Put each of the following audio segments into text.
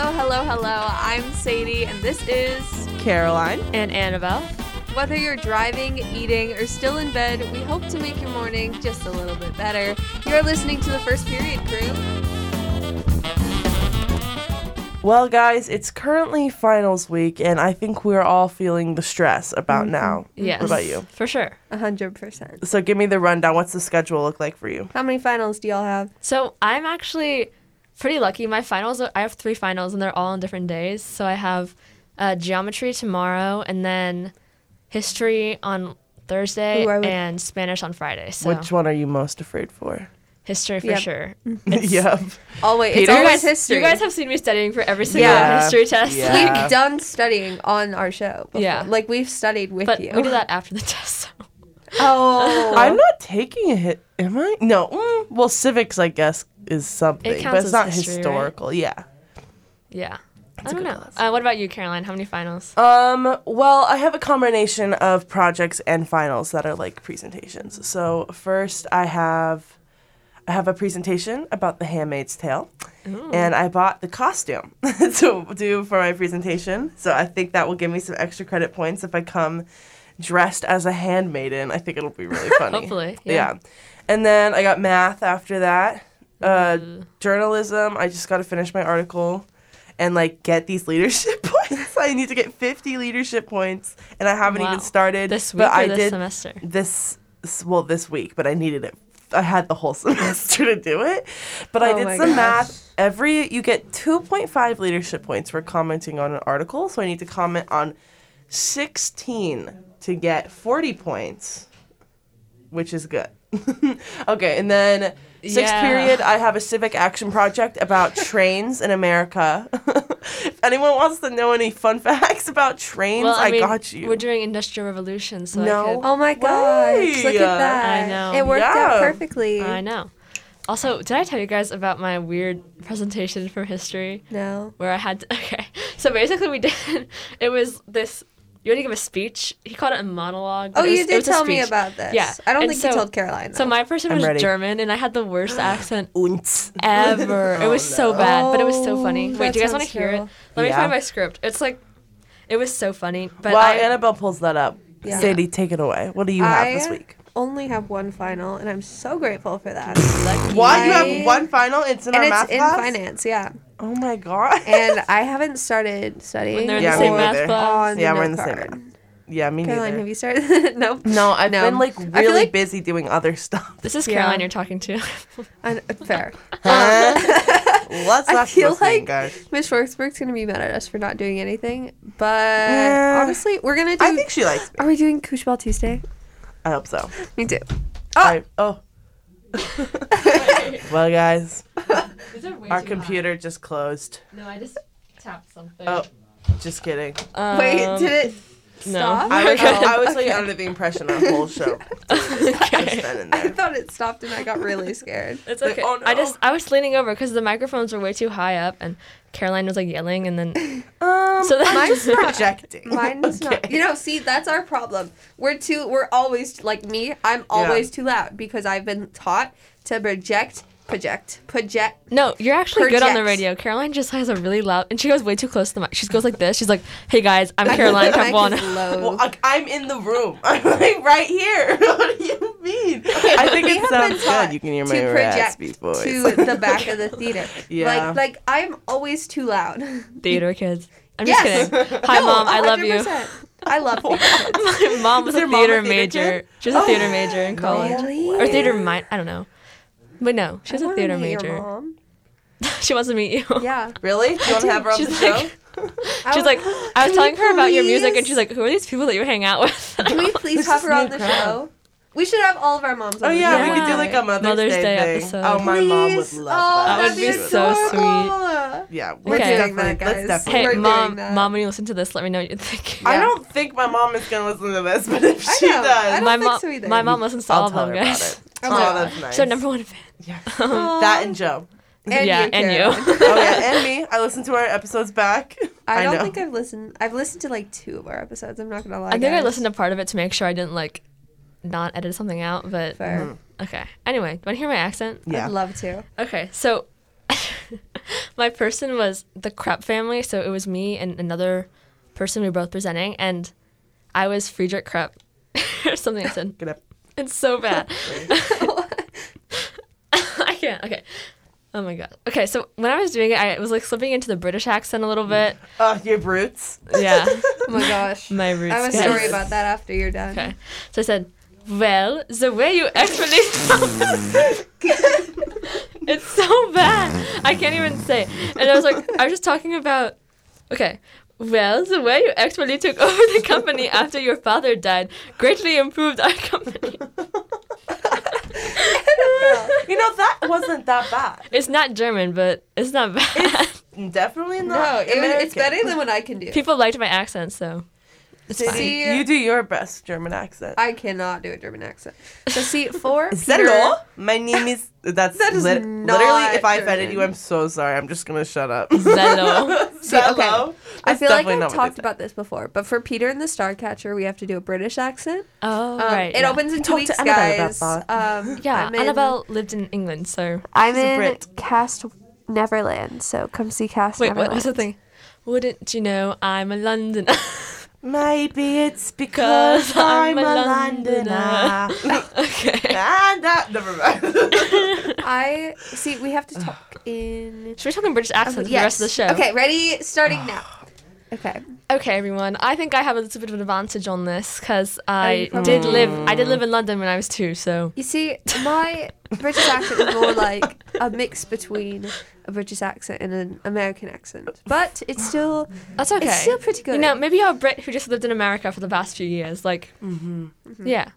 hello. I'm Sadie, and this is Caroline. and Annabelle. Whether you're driving, eating, or still in bed, we hope to make your morning just a little bit better. You're listening to the First Period Crew. Well, guys, it's currently finals week, and I think we're all feeling the stress about Mm-hmm. now. Yes. Mm-hmm. What about you? For sure. 100%. So give me the rundown. What's the schedule look like for you? How many finals do y'all have? So I'm actually pretty lucky. My finals, are, I have three finals, and they're all on different days. So I have uh, geometry tomorrow, and then history on Thursday, Ooh, I would- and Spanish on Friday. So Which Mm-hmm. one are you most afraid for? history for Yep. sure. yep. Oh, wait, it's Peter? You always guys, history. you guys have seen me studying for every single Yeah. history test. Yeah. We've done studying on our show. Before. Yeah. Like, we've studied with But you. we do that after the test. So. Oh. I'm not taking a hit. Am I? No. Mm, well, civics, I guess, is something, counts but it's as not history, right? historical. Yeah. Yeah. a I don't good know. Uh, what about you, Caroline? How many finals? Um, well, I have a combination of projects and finals that are like presentations. So first I have I have a presentation about the Handmaid's Tale. And I bought the costume to do for my presentation. So I think that will give me some extra credit points if I come dressed as a handmaiden. I think it'll be really funny. Hopefully, Yeah. yeah. And then I got math after that. Uh, Mm. journalism, I just got to finish my article and like get these leadership points. I need to get 50 leadership points, and I haven't Wow. even started. This week but or I this did semester? This s- well, this week, but I needed it. I had the whole semester to do it, but I Oh did my some gosh. math. Every you get 2.5 leadership points for commenting on an article, so I need to comment on 16 to get 40 points, which is good. okay, and then sixth Yeah. period, I have a civic action project about trains in America. if anyone wants to know any fun facts about trains, Well, I, I, mean, got you. We're doing Industrial Revolution, so I No. could Oh my gosh. Look at Way. that. I know. It worked out Yeah. perfectly. I know. Also, did I tell you guys about my weird presentation for history No. where I had to, okay. So basically we did it was this you had to give a speech. He called it a monologue. but Oh, it was- you it did was a tell me speech. about this. Yeah. I don't And think so- you told Caroline. So though. my person I'm was ready. German and I had the worst accent Unts. ever. it was so bad, but it was so funny. Oh, Wait, that do you guys want sounds to hear it? terrible. Let me Yeah. find my script. It's like it was so funny, but While I, Annabelle pulls that up, Yeah. Sadie, take it away. What do you have this I week? only have one final, and I'm so grateful for that. lucky. What? You I- have one final? It's in and our it's math in class? finance, yeah. Oh my god. And I haven't started studying. When they're in Yeah, the same me math neither. class. on Yeah, we're note in the same card. math. yeah, me Caroline, neither. have you started? nope. no, I've No. been like I feel really like- busy doing other stuff. This is Yeah. Caroline you're talking to. Un- uh, fair. Let's Uh-huh. I not feel listen, like- guys. Miss Schwartzberg's gonna be mad at us for not doing anything, but Yeah. honestly, we're gonna do. I think she likes me. Are we doing Kooshball Tuesday? I hope so. Me too. Ah! I, oh. well, guys, our computer just closed. No, I just tapped something. Oh, just kidding. Um, Wait, did it no. stop? Oh, I was, Okay. I was like under the impression our whole show has been in I there. thought it stopped, and I got really scared. It's Like, okay. oh, no. I just I was leaning over because the microphones were way too high up, and Caroline was like yelling, and then Um, so then mine's projecting. Mine's not. Okay. You know, see, that's our problem. We're too. We're always like me. I'm always too loud because I've been taught to project, project, project. no, you're actually good on the Project. radio. Caroline just has a really loud, and she goes way too close to the mic. She goes like this. She's like, "Hey guys, I'm Caroline My mic is Capuano." low. Well, I, I'm in the room. I'm like right here. what do you mean? I think we it have been sounds taught good. You can hear to my project raspy voice. to the back of the theater. Yeah. Like, like I'm always too loud. Theater kids. I'm Yes. just kidding. Hi mom, I love you. 100%. I love you. My mom was Is a your mom a theater theater major. kid? She was a theater major in college, Oh, Really? or theater mi- I don't know. But no, she was I a wanna theater meet your major. mom. she wants to meet you. Yeah. Really? Do you want to have her on She's the like- show? I She's would- like, I was telling her about your music, and she's like, "Who are these people that you hang out with?" Can we please This have is her on new the crowd. show? We should have all of our moms. Oh on the yeah, show. we could do Yeah. like a Mother's, Mother's Day, Day thing. episode. Oh, my mom would Please? love oh, that. That would be so sweet. Yeah, We're doing that, guys. Let's definitely. Hey, We're doing mom, that. mom, when you listen to this, let me know what you think. I Yeah. don't think my mom is gonna listen to this, but if she know. I does, don't my think mom, so either. my mom listens to I'll all of tell them, her about guys. it. Oh Oh, my God. that's nice. So number one fan. Um, that and Joe. yeah, you, and Caroline. you. Oh yeah, and me. I listened to our episodes back. I don't know. think I've listened. I've listened to like two of our episodes. I'm not gonna lie. I think I listened to part of it to make sure I didn't like not edit something out, but Fair. okay. Anyway, do you want to hear my accent? Mm-hmm. Yeah. I'd love to. Okay, so my person was the Krupp family, so it was me and another person we were both presenting, and I was Friedrich Krupp or something. I said Get up. it's so bad. Oh I can't. Okay. Oh my god. Okay, so when I was doing it, I was like slipping into the British accent a little bit. Oh, you brutes. Yeah, Oh my gosh. my roots. I have a guys. story about that after you're done. Okay, so I said, "Well, the way you actually it's so bad. I can't even say." it. And I was like, I was just talking about, okay. Well, the way you actually took over the company after your father died greatly improved our company. You know that wasn't that bad. It's not German, but it's not bad. Definitely No, not. it, was- it's American. better than what I can do. People liked my accent, so See, fine. you do your best German accent. I cannot do a German accent. So see, for Hello, my name is. That's That is lit- not literally. If I offended German. you, I'm so sorry. I'm just gonna shut up. Zello. See, okay. Zello? I That's feel like definitely I've not what they talked about this before, but for Peter and the Starcatcher, we have to do a British accent. Oh, Um, right. It yeah. opens in two Talk to weeks, Annabelle guys. about that. Um, Yeah, I'm in- Annabelle lived in England, so I'm She's a in Brit. Cast Neverland, so come see Cast wait, what Neverland. was the thing? Wouldn't you know I'm a Londoner? Maybe it's because I'm a Londoner. okay. and that, never mind. I see. We have to talk in Should we talk in British accents for the rest of the show? Um, Okay, ready? Starting now. Okay. Okay, everyone. I think I have a little bit of an advantage on this because Oh, you I from- did live. I did live in London when I was two, so You see, my British accent is more like a mix between a British accent and an American accent, but it's still that's okay. it's still pretty good. You know, maybe you're a Brit who just lived in America for the past few years. Like, Mm-hmm. yeah,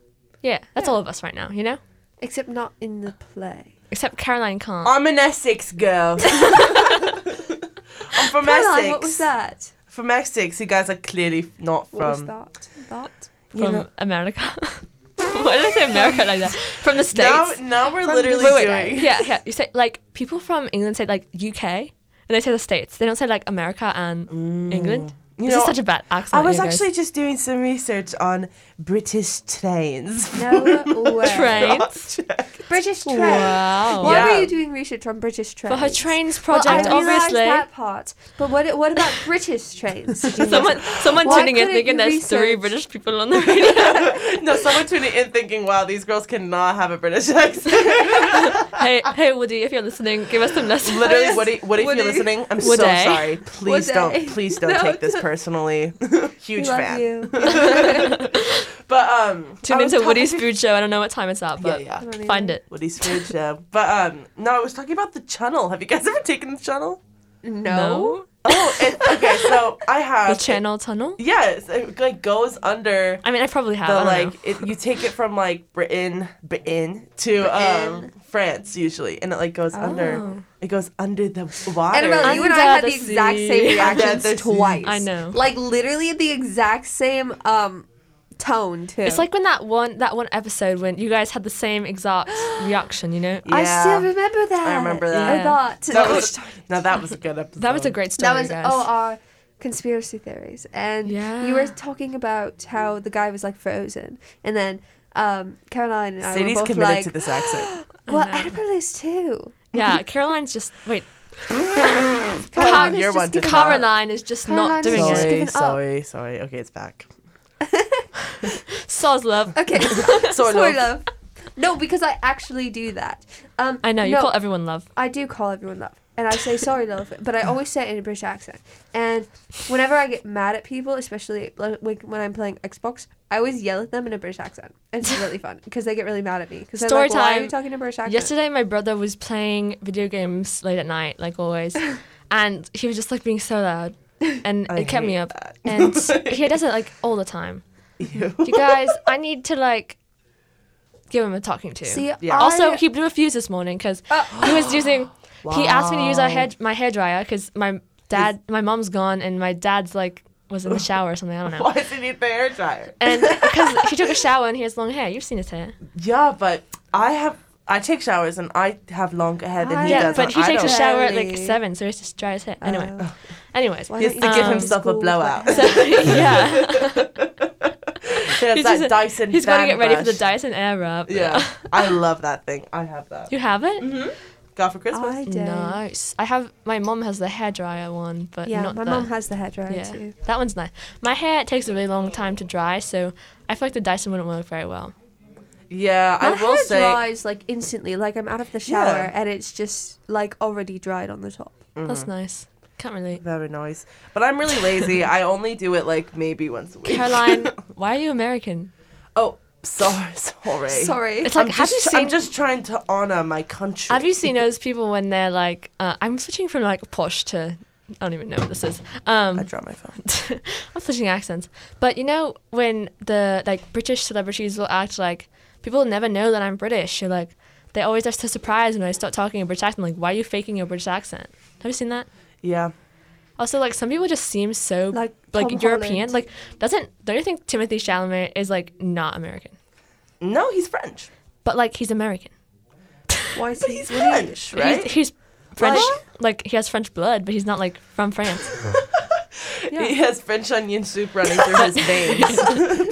yeah. That's all of us right now. You know, except not in the play. except Caroline can't. I'm an Essex girl. I'm from Essex. Caroline, what was that? From Essex, you guys are clearly not What was from. that? That. you from know- America. Why did I say America like that? From the states. now, now we're literally wait, wait, doing. yeah, yeah. You say like people from England say like UK, and they say the states. They don't say like America and England. Mm. You this know, is such a bad I accent. was you guys. actually just doing some research on British trains. No uh, way. trains. British train. wow. Why Yeah. were you doing research on British trains? For her trains Well, I project, realised obviously. that part. But what what about British trains? Someone, someone Why tuning in couldn't thinking you there's three research- British people on the radio. no, someone tuning in thinking, wow, these girls cannot have a British accent. hey, hey, Woody, if you're listening, give us some lessons. Literally, what, what if Would you're you- listening? I'm Would so I? sorry. Please Would don't. I? Please don't No, take this don't. personally. Huge love fan. you. but um, I Tune was into talking Woody's to- food show. I don't know what time it's Yeah, at, but yeah. find it. Woody's food show. But um, no, I was talking about the channel. Have you guys ever taken the channel? No. Oh, it, okay. So I The have Channel Tunnel. Yes, it like goes under I mean, I probably have. the I don't like know. it, you take it from like Britain, Britain to um France usually, and it like goes under. Oh. It goes under the water. Annabelle, you and I had Under the the exact sea. same Under the reactions sea. twice. I know. Like literally the exact same um tone too. It's like when that one that one episode when you guys had the same exact reaction, you know? I still Yeah. remember that. remember that. I thought That was now that was a good episode. That was a great story, that was guys. oh uh, conspiracy theories, and you Yeah. were talking about how the guy was like frozen, and then um Caroline and I Sadie's were both committed like, to this accent. well, Annabelle is too. yeah, Caroline's just wait. Caroline on, has you're just one to given talk. up. Caroline is just Caroline not is doing just it. giving sorry, up. sorry, sorry. Okay, it's back. Soz love. Okay, Sort sorry, of. love. No, because I actually do that. Um, I know you no, call everyone love. I do call everyone love, and I say sorry, love, but I always say it in a British accent. And whenever I get mad at people, especially like, when when I'm playing Xbox, I always yell at them in a British accent. And it's really fun because they get really mad at me because they're Story like, "Why are time. you talking in a British accent?" Yesterday, my brother was playing video games late at night, like always, and he was just like being so loud, and I it kept me hate up. that. And he does it like all the time. Ew. You guys, I need to like give him a talking to. See, Yeah. also, I- he blew a fuse this morning because Uh, he was using. He asked me to use our Wow. hair, my hairdryer because my dad, my mom's gone, and my dad's like was in the shower or something. I don't know. Why does he need the hair dryer? And because he took a shower and he has long hair, you've seen his hair. Yeah, but I have. I take showers and I have longer hair than I- he Yeah, does. but and he I takes a don't. shower at like Really? seven, so he has to dry his hair. Anyway, Oh. anyways, Why He has don't to you give go himself school a with blowout. that? So yeah, He has he's, that just- Dyson he's got to fan get ready for the brush. Dyson Mm-hmm. Airwrap. Yeah, I love that thing. I have that. you have it. Mhm. got for Christmas. I did. Nice. I have my mom has the hairdryer one, but yeah, not my the, mom has the hairdryer yeah, too. that one's nice. My hair takes a really long time to dry, so I feel like the Dyson wouldn't work very well. yeah, My I will hair say. dries like instantly. Like I'm out of the shower Yeah. and it's just like already dried on the top. That's nice. Can't relate. Very nice. But I'm really lazy. I only do it like maybe once a week. Caroline, why are you American? oh, sorry, sorry. Sorry. It's like I'm have just, you tr- seen I'm just trying to honor my country. have you seen those people when they're like uh, I'm switching from like posh to I don't even know what this is. Um, I dropped my phone. I'm switching accents. But you know when the like British celebrities will act like people never know that I'm British. You're like they always are so surprised when I start talking a British accent. Like why are you faking your British accent? Have you seen that? Yeah. Also, like some people just seem so Like like, Tom European. Holland. Like doesn't don't you think Timothy Chalamet is like not American? No, he's French. But like he's American. Why is But he? he's what do you- French, right? He's, he's French. What? Like he has French blood, but he's not like from France. Yeah. He has French onion soup running through his veins.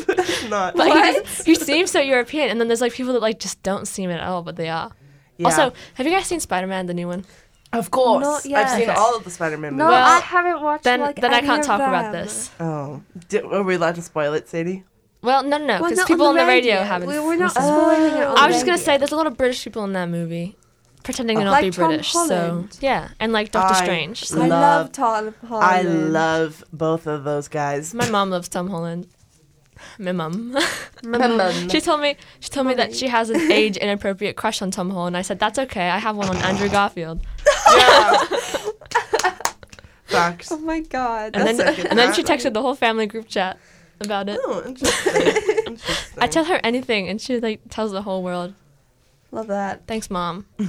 but it's not. But he, What? just- he seems so European, and then there's like people that like just don't seem it at all, but they are. Yeah. Also, have you guys seen Spider Man, the new one? of course, Not yet. I've seen Okay. all of the Spider-Man No, movies. I Well, haven't watched. Then like, then I any can't of talk about them. this. Oh, Did, were we allowed to spoil it, Sadie? Well, no, no, no, Well, because not Oh, people on the radio, haven't. We, we're not listened. spoiling it. On I was just gonna radio. say, there's a lot of British people in that movie, pretending to Oh. not Like be Tom British. Holland. So yeah, and like Doctor I- Strange. So. I love Love- Tom Holland. I love both of those guys. My mom loves Tom Holland. My mum. Mum. she told me she told me that she has an age inappropriate crush on Tom Holland. I said that's okay. I have one on Andrew Garfield. Facts. Oh my god. And That's then okay. and then she texted the whole family group chat about it. Oh, interesting. interesting. I tell her anything, and she like tells the whole world. Love that. Thanks, mom.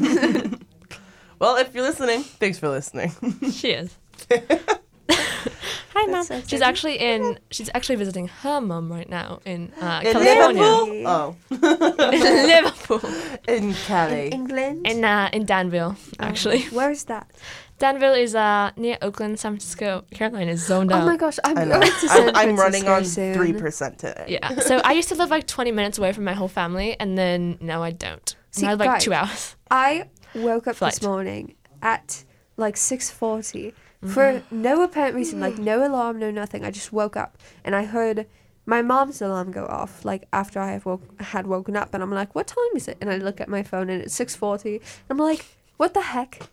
well, if you're listening, thanks for listening. She is. Hi, mom. That's so she's funny. actually in. She's actually visiting her mom right now in uh, In California, Liverpool? Oh. in Liverpool, In In Cali. England. in uh, in Danville. Oh. Actually, Where is that? Danville is uh, near Oakland, San Francisco. Caroline is zoned out. Oh my gosh, I'm I know. going to San I'm, I'm running Francisco on soon. three percent today. Yeah. So I used to live like 20 minutes away from my whole family, and then now I don't. See, See, I live like guys. two hours. I woke up this Flight. morning at like 6:40 Mm. for no apparent reason, like no alarm, no nothing. I just woke up and I heard my mom's alarm go off like after I have woke, had woken up and I'm like, "What time is it?" And I look at my phone and it's 6:40. I'm like, "What the heck?"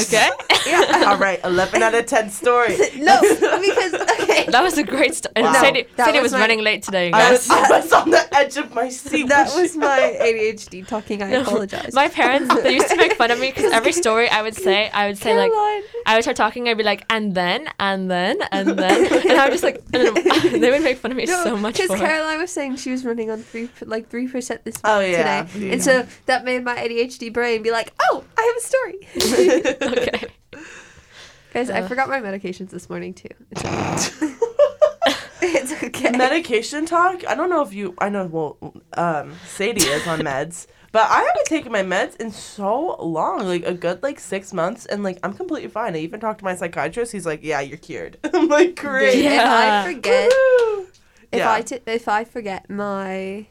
Okay. Yeah. All right, 11 out of 10 story. no, because okay. that was a great story. And Wow. Sadie, That Sadie was was, my- running late today. I guys. was, I was on the edge of my seat. That was my ADHD talking. I apologize. My parents, they used to make fun of me because every story I would say, I would say like, Caroline. I would start talking, I'd be like, and then, and then, and then, and I would just like, and then, they would make fun of me so much Because for it. Caroline was saying she was running on three, per- like three percent this Oh, yeah. today, Yeah. and so that made my ADHD brain be like, "Oh, I have a story." Okay. Guys, I Ugh. forgot my medications this morning too. It's okay. it's okay. medication talk. I don't know if you, I know, well, um, Sadie is on meds, but I haven't taken my meds in so long, like a good like six months, and like I'm completely fine. I even talked to my psychiatrist. He's like, "Yeah, you're cured." I'm like, "Great." If I Yeah. forget, Woo. if yeah. I t- if I forget my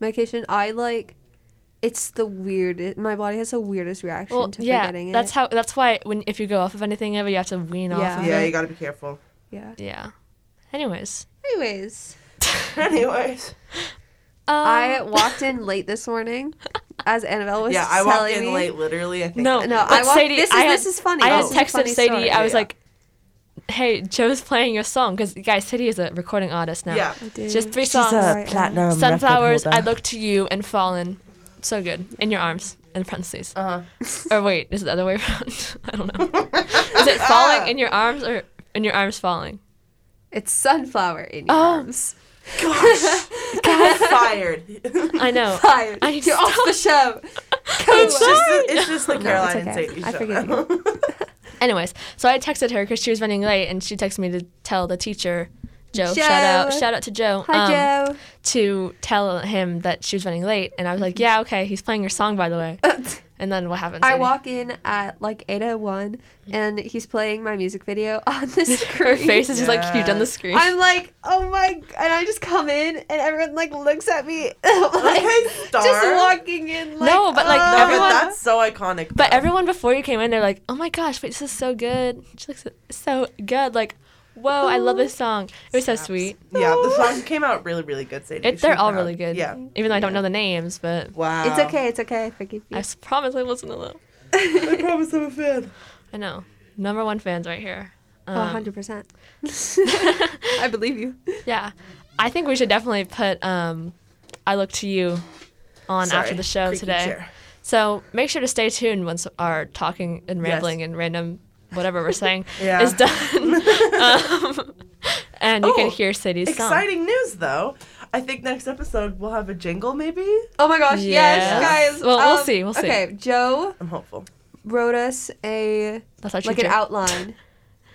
medication, I like. It's the weirdest. My body has the weirdest reaction Well, to yeah, forgetting that's it. how. That's why when if you go off of anything ever, you have to wean Yeah. off. Of yeah, it. you gotta be careful. yeah. yeah. Anyways, Anyways, Anyways, um, I walked in late this morning, as Annabelle was yeah, I walked telling in me. late. Literally, I think. no, No, but I walked. Sadie, this is I had, this is funny. I had This is a texted funny Sadie. story. I was Yeah. like, "Hey, Joe's playing your song because guys, Sadie is a recording artist now. Yeah. Just three songs. a platinum Sunflowers, I look to you and fallen. So good. In your arms. In parentheses. Uh-huh. or wait, is it the other way around? I don't know. is it Ah. falling in your arms or in your arms falling? It's sunflower in your Oh. arms. Gosh, got fired. I know. Fired. I You're off the show. Come It's on. just, it's just the No, it's Caroline and okay. Sadie I show. forgive Anyways, so I texted her because she was running late and she texted me to tell the teacher, Joe, Joe. shout out, shout out to Joe, Hi, um, Joe. to tell him that she was running late. And I was like, yeah, okay, he's playing your song, by the way. And then what happens? Mm-hmm. I Sadie? walk in at like 801 and he's playing my music video on the screen. Her face is just like huge on the Yes. screen. I'm like, oh my! g-" And I just come in, and everyone like looks at me, like Okay, star. just walking in. Like, No, but, like, "Oh." Yeah, everyone- but that's so iconic. But though. everyone before you came in, they're like, "Oh my gosh, wait, this is so good. She looks so good. Like, whoa, I love this song. It was so sweet. yeah, the song came out really, really good. Sadie. You It, should they're be all proud. really good. Yeah. Even though I don't know the names, but Wow. It's okay. It's okay. I forgive I you. s- promise I listen to them. I promise I'm a fan. I know. Number one fans right here. Um, Oh, hundred percent. I believe you. yeah. I think we should definitely put um, I Look to You on after the show today. So make sure to stay tuned once our talking and Yes. rambling and random whatever we're saying Yeah. is done. um, and you can Oh, hear Sadie's song. Exciting news, though. I think next episode we'll have a jingle, maybe. Oh my gosh! Yes, Yes. guys. um, Well, we'll see, we'll see. Okay, Joe I'm hopeful. wrote us a That's our teacher. like an outline.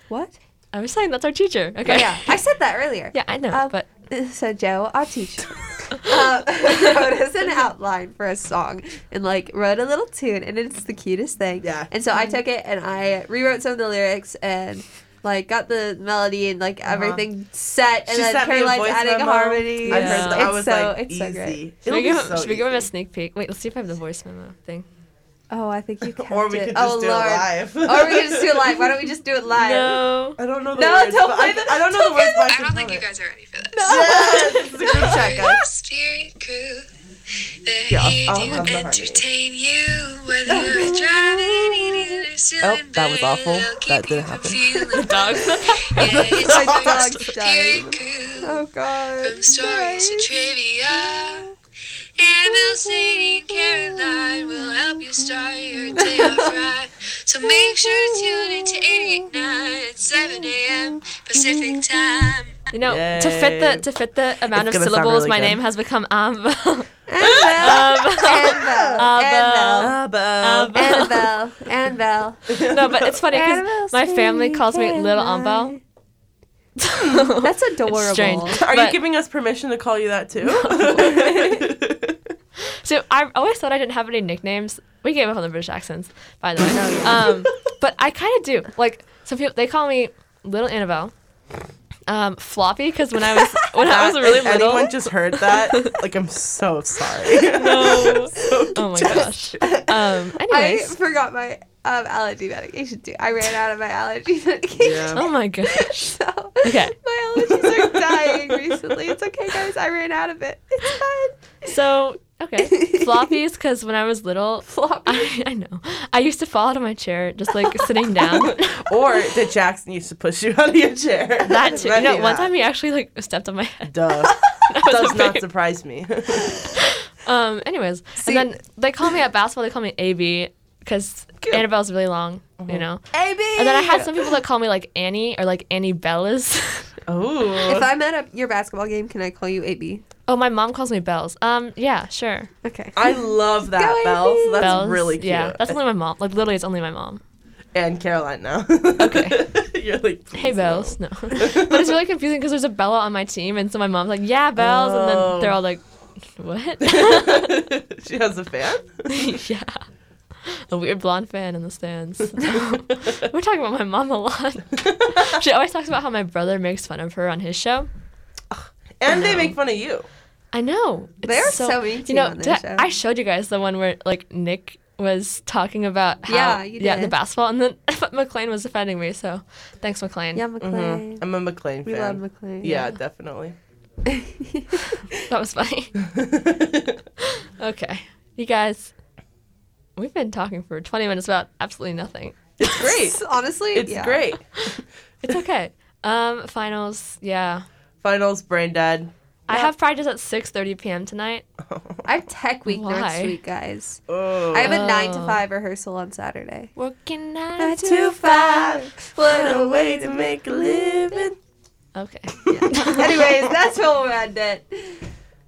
what? I was saying that's our teacher. Oh, Okay. yeah, I said that earlier. Yeah, I know. Um, but So Joe, our teacher, uh, wrote us an outline for a song and like wrote a little tune, and it's the cutest thing. Yeah. And so I took it and I rewrote some of the lyrics and like got the melody and like everything set, and Uh-huh. she then sent Caroline's me a voice adding memo. harmonies. I Yeah. heard that. It's I was so like, it's easy. so great. should It'll we, be give, so should we give him a easy. sneak peek? Wait, let's see if I have the voice memo thing. Oh, I think you kept Or we it. could just oh, do Lord. it live. or we could just do it live. Why don't we just do it live? No. I don't know the No, words. don't but play I, the- I don't know don't the words. play but the- I, I don't think you guys are ready for this. Yes, it's a group chat, guys. Spirit crew, they're Yeah, here I'll to have the honey. entertain you. Whether you're driving, eating, or still Oh, in that was bed, awful. they'll keep That didn't you from happen. feeling Dog. Yeah, it's My the dog's dying. Spirit crew. Oh God. From stories to Nice. trivia. And Bill, Sadie, and Caroline will help you start your day off right. So make sure to tune in to 889 at 7 a.m. Pacific time. You know, to fit the Yay. to fit the amount It's of gonna sound syllables, really my good. name has become Amber. Annabelle. Annabelle. Abba. Abba. Annabelle. Annabelle. no, but it's funny Annabelle because my family Sweet calls me Little Amber. Caroline. That's adorable. strange. Are But- you giving us permission to call you that too? So I always thought I didn't have any nicknames. We gave up on the British accents, by the way. Oh, um, but I kind of do. Like some people, they call me Little Annabelle, um, Floppy, because when I was when I was If really little. Anyone just heard that? Like, I'm so sorry. no. So Oh my gosh. Um, I anyways. forgot my um, allergy medication too. I ran out of my allergy medication. Yeah. oh my gosh. So Okay. my allergies are dying recently. It's okay, guys. I ran out of it. It's fine. So okay, floppies. Because when I was little, Floppy. I, I know I used to fall out of my chair just like sitting down. Or did Jackson used to push you out of your chair? That too. You Might know, be one that. time he actually like stepped on my head. Duh. That was Does a not big- surprise me. Um. Anyways, See- and then they call me at basketball. They call me AB because Annabelle's really long. Uh-huh. You know. AB. And then I had some people that call me like Annie or like Annie Bellas. If oh. I'm at a, your basketball game, can I call you AB? oh, my mom calls me Bells. Um. Yeah. Sure. Okay. I love that, Go, Bells. That's Bells. really cute. Yeah. That's only my mom. Like literally, it's only my mom. and Caroline now. Okay. You're like, Hey Bells, no. but it's really confusing because there's a Bella on my team, and so my mom's like, "Yeah, Bells," and then Oh. they're all like, "What?" she has a fan? yeah, a weird blonde fan in the stands. We're talking about my mom a lot. she always talks about how my brother makes fun of her on his show. and they No. make fun of you. I know. It's They're so mean to You you know, on did their I- show. I showed you guys the one where like Nick was talking about how Yeah, you yeah the did. basketball, and then McLean was defending me. So thanks, McLean. Yeah, Mhm. McLean. I'm a McLean We fan. love McLean. yeah, definitely. That was funny. Okay. You guys, we've been talking for 20 minutes about absolutely nothing. it's great. Honestly, It's yeah. great. It's okay. um, finals, yeah. Finals, brain dead. I have practice at 6:30 p.m. tonight. I have tech week Why? next week, guys. Oh. I have a Oh. nine to five rehearsal on Saturday. Working night. to five. What a way to make a living. Okay. Anyways, that's where we'll end it.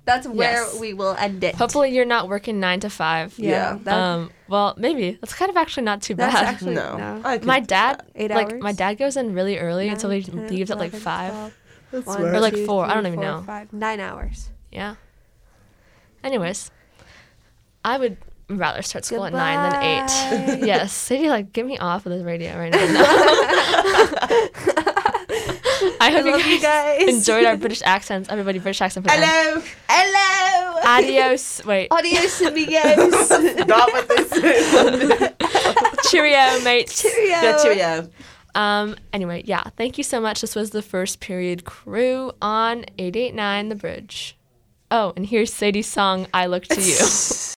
That's where Yes. we will end it. Hopefully you're not working 9 to 5. yeah. Yeah. that- um, well, maybe. That's kind of actually not too that's bad. actually no. no. I could my do dad, Eight like hours? my dad goes in really early Nine, until he 10, leaves at like 11, 5. 12, that. one, That's Or like two, four, I three, don't even four, know. five. Nine hours. Yeah. Anyways, I would rather start school at nine than eight. Goodbye. yes, Sadie, like get me off of this radio right now. I hope you, love guys you guys. enjoyed our British accents. Everybody, British accent for them. Hello. Hello. Adios. Wait. Adios, amigos. Not what this is. Cheerio, mates. Cheerio. Yeah, cheerio. Um. Anyway, yeah. Thank you so much. This was the first period crew on 889 The Bridge. Oh, and here's Sadie's song, I Look to You.